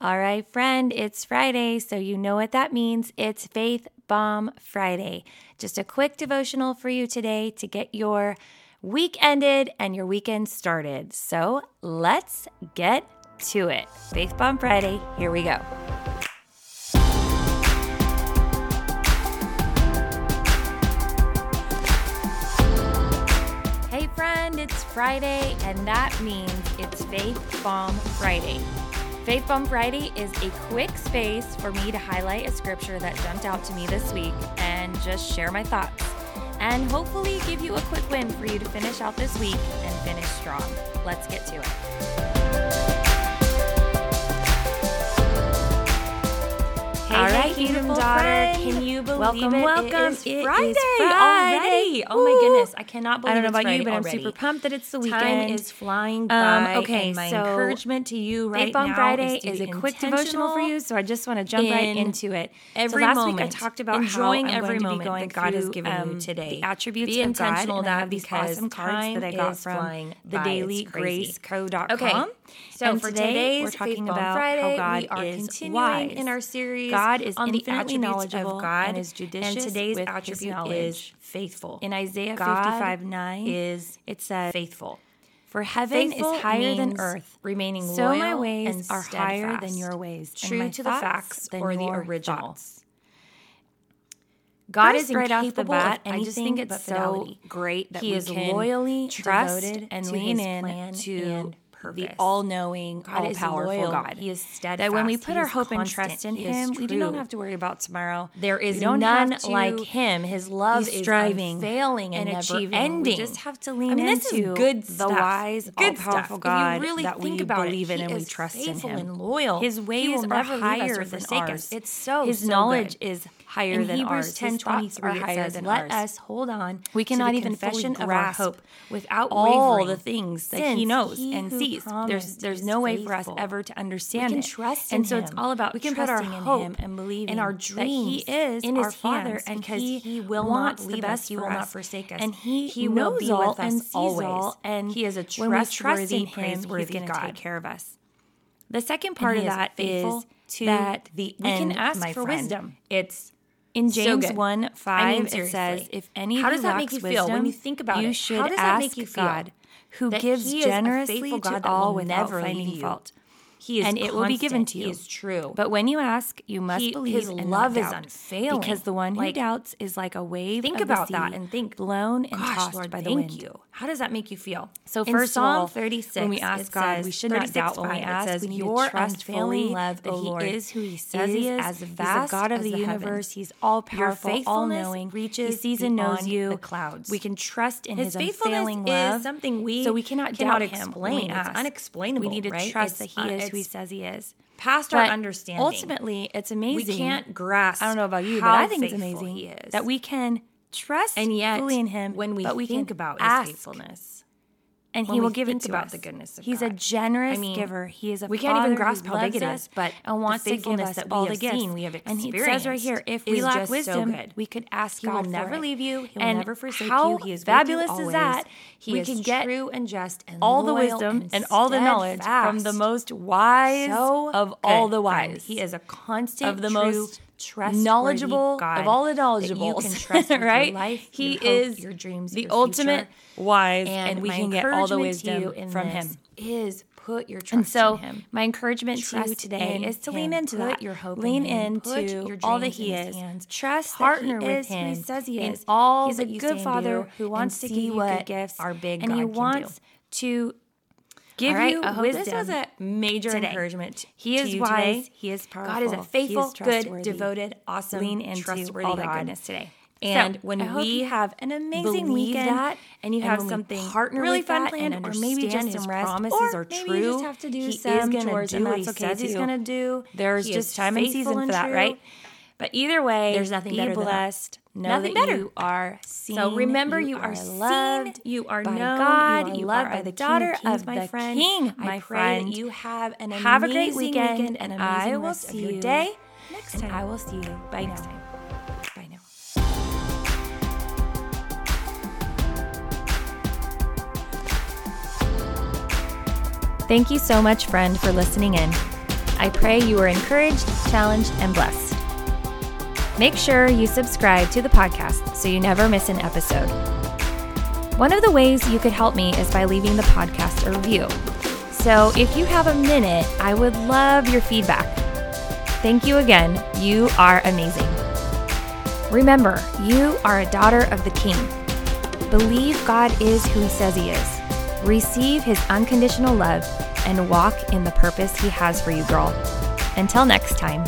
All right, friend, it's Friday, so you know what that means. It's Faith Bomb Friday. Just a quick devotional for you today to get your week ended and your weekend started. So let's get to it. Faith Bomb Friday, here we go. Hey, friend, it's Friday, and that means it's Faith Bomb Friday. Faith Bomb Friday is a quick space for me to highlight a scripture that jumped out to me this week and just share my thoughts. And hopefully give you a quick win for you to finish out this week and finish strong. Let's get to it. Hey, All right, hey, Kingdom Daughter, can you believe welcome, it? Welcome, It is It is Friday Friday. already. Oh my Woo. goodness, I cannot believe I don't know it's about Friday you, but already. I'm super pumped that it's the weekend. Time is Um, flying by, okay, and my my encouragement encouragement to you right Faith Bomb now Friday is, is, a quick devotional for you, so I just want to jump right in into it. every so last week I moment, talked about enjoying how I'm every going to be moment going that God has through, given you um, today. The attributes Be of intentional God, and I that have these because awesome cards time that I got is from flying the by. Daily It's crazy. Grace Co.com. Okay, so and for today today's we're Faith talking Bomb about Friday, how God we are is continuing wise. in our series God is on the infinitely attributes of knowledgeable God, and is judicious. and today's with attribute his is knowledge. faithful. in Isaiah God 55 9 is it says faithful. For heaven Faithful is higher than means earth, remaining so my loyal ways and are higher than steadfast, your ways, and true my to the thoughts facts than or the your original. thoughts. God First, is right off the incapable bat, of I just anything think it's but so fidelity. great that he we is can loyally trust devoted and to lean his in plan to and the purpose. all-knowing, God is all-powerful loyal. God. He is That when we steadfast. put He our is hope and constant. trust in He is Him, we do not true. have to worry about tomorrow. There is we don't none have to like Him. His love be is striving, unfailing and, never achieving. ending. We just have to lean I mean, this is into good the stuff. wise, good all-powerful stuff. God if you really that think we about believe it, in He and we is trust in faithful Him. and loyal. His ways He will are never leave us higher or than forsake ours. us. It's so His so knowledge good. is higher In than Hebrews ours. ten His twenty thoughts three are higher says, than "Let ours. us hold on. We to cannot the even fully confession of our grasp hope without all wavering, the things that since he knows he and who sees. There's promised there's is no way for us faithful. ever to understand can it. trust and in so it's him. all about We can put our trusting in hope him and believing and our that he dreams is in our his Father hands and because he, he will wants not the leave best us, He he will will not not forsake forsake us. us. And he, He will knows be all with us and sees always. all, and he is a when we trust trustworthy, in him, praiseworthy he's gonna God. take care of us. The second part he of is that is faithful to that the we can end, ask my for friend. wisdom. It's In so James good. 1 5, I mean, it says, seriously. If any How of does that make lacks you feel when wisdom, you think about you it? should How does that make ask you feel? God, who That gives he is a generously faithful God to that will all without never leave finding you. fault. He is and it will be given constant. to He you. is true. But when you ask, you must He- believe. his and not love is doubt, unfailing. Because the one who Like, doubts is like a wave. think of the about that sea, and think, blown and Gosh, tossed Lord, by the thank wind. you. How does that make you feel? So In first Psalm of all, 36, when we it ask God, says- we should not 36 doubt when we five, it ask. says, we need your to trust fully unfailing love, that O He Lord, is who He says He is. as He's vast the God of as the, the heavens. universe. He's all Your powerful, faithfulness all knowing. reaches he sees and knows beyond you. the clouds. We can trust in His, His faithfulness unfailing is love. something we so we cannot cannot doubt Him. When explain. we It's ask. unexplainable, We need to right? trust It's, that He uh, is who He it's says He is. past our understanding. Ultimately, it's amazing. can't grasp I don't know about you, but how I think it's faithful amazing he is. that we can trust and yet, fully in Him when we but we think can about ask, his faithfulness, and He when will we give it think to about us. the goodness of He's a God. generous I mean, giver. He is a we can't even Father who grasp how loves big it us is, but and wants the to give faithfulness us that we all the have gifts. seen, we have and He says right here, if experienced we is lack just so wisdom, good. we could ask He will God. for never it. leave you. He will and never forsake how you. He is with you fabulous is always. that? He we is can get true and just and all the loyal wisdom and, and all the knowledge from the steadfast. most wise so of all good, the wise. friends. He is a constant of the true, most trustworthy knowledgeable God of all the that knowledgeables. You can trust with right? Your life, he your hope, is your dreams, the your ultimate future. wise, and, And, we my can get all the encouragement to wisdom you in from this him. Is put your trust And so, in him. my encouragement to you Trust today in is to lean him. into Put that. your hope in lean him. into Put your all that dreams in he his is. hands. Trust Partner that he with is Who he him says he in is. all He's a that you good stand father do who and wants to see give you what good gifts. our big and God he can do. wants to give All right, you I hope wisdom. this was a major today. encouragement. t- He to is you wise. Today. He is powerful. God is a He faithful, is good, trustworthy. devoted, awesome, Lean into trustworthy all that God. goodness today. So, And when I hope we you have an amazing believe weekend that, and you and have when we something partner really with fun that and planned, or maybe understand just his some rest, promises or are maybe you just true, have to do he is some gonna chores, do and what that's he okay says too. he's gonna do. There's He is just time and faithful season and for that, true. right? But either way, There's nothing be better than that. blessed. Know Nothing that better. you are seen. So remember, you, are, seen, loved. You are by known. God. you are You loved are by a the King daughter of, kings, of my the friend. King, my I pray friend. that you have an Have a great amazing weekend, and and an I amazing will rest of see your you day. Next and time, I will see you. Bye next now. time. Bye now. Thank you so much, friend, for listening in. I pray you are encouraged, challenged, and blessed. Make sure you subscribe to the podcast so you never miss an episode. One of the ways you could help me is by leaving the podcast a review. So if you have a minute, I would love your feedback. Thank you again. You are amazing. Remember, you are a daughter of the King. Believe God is who He says He is. Receive His unconditional love and walk in the purpose He has for you, girl. Until next time.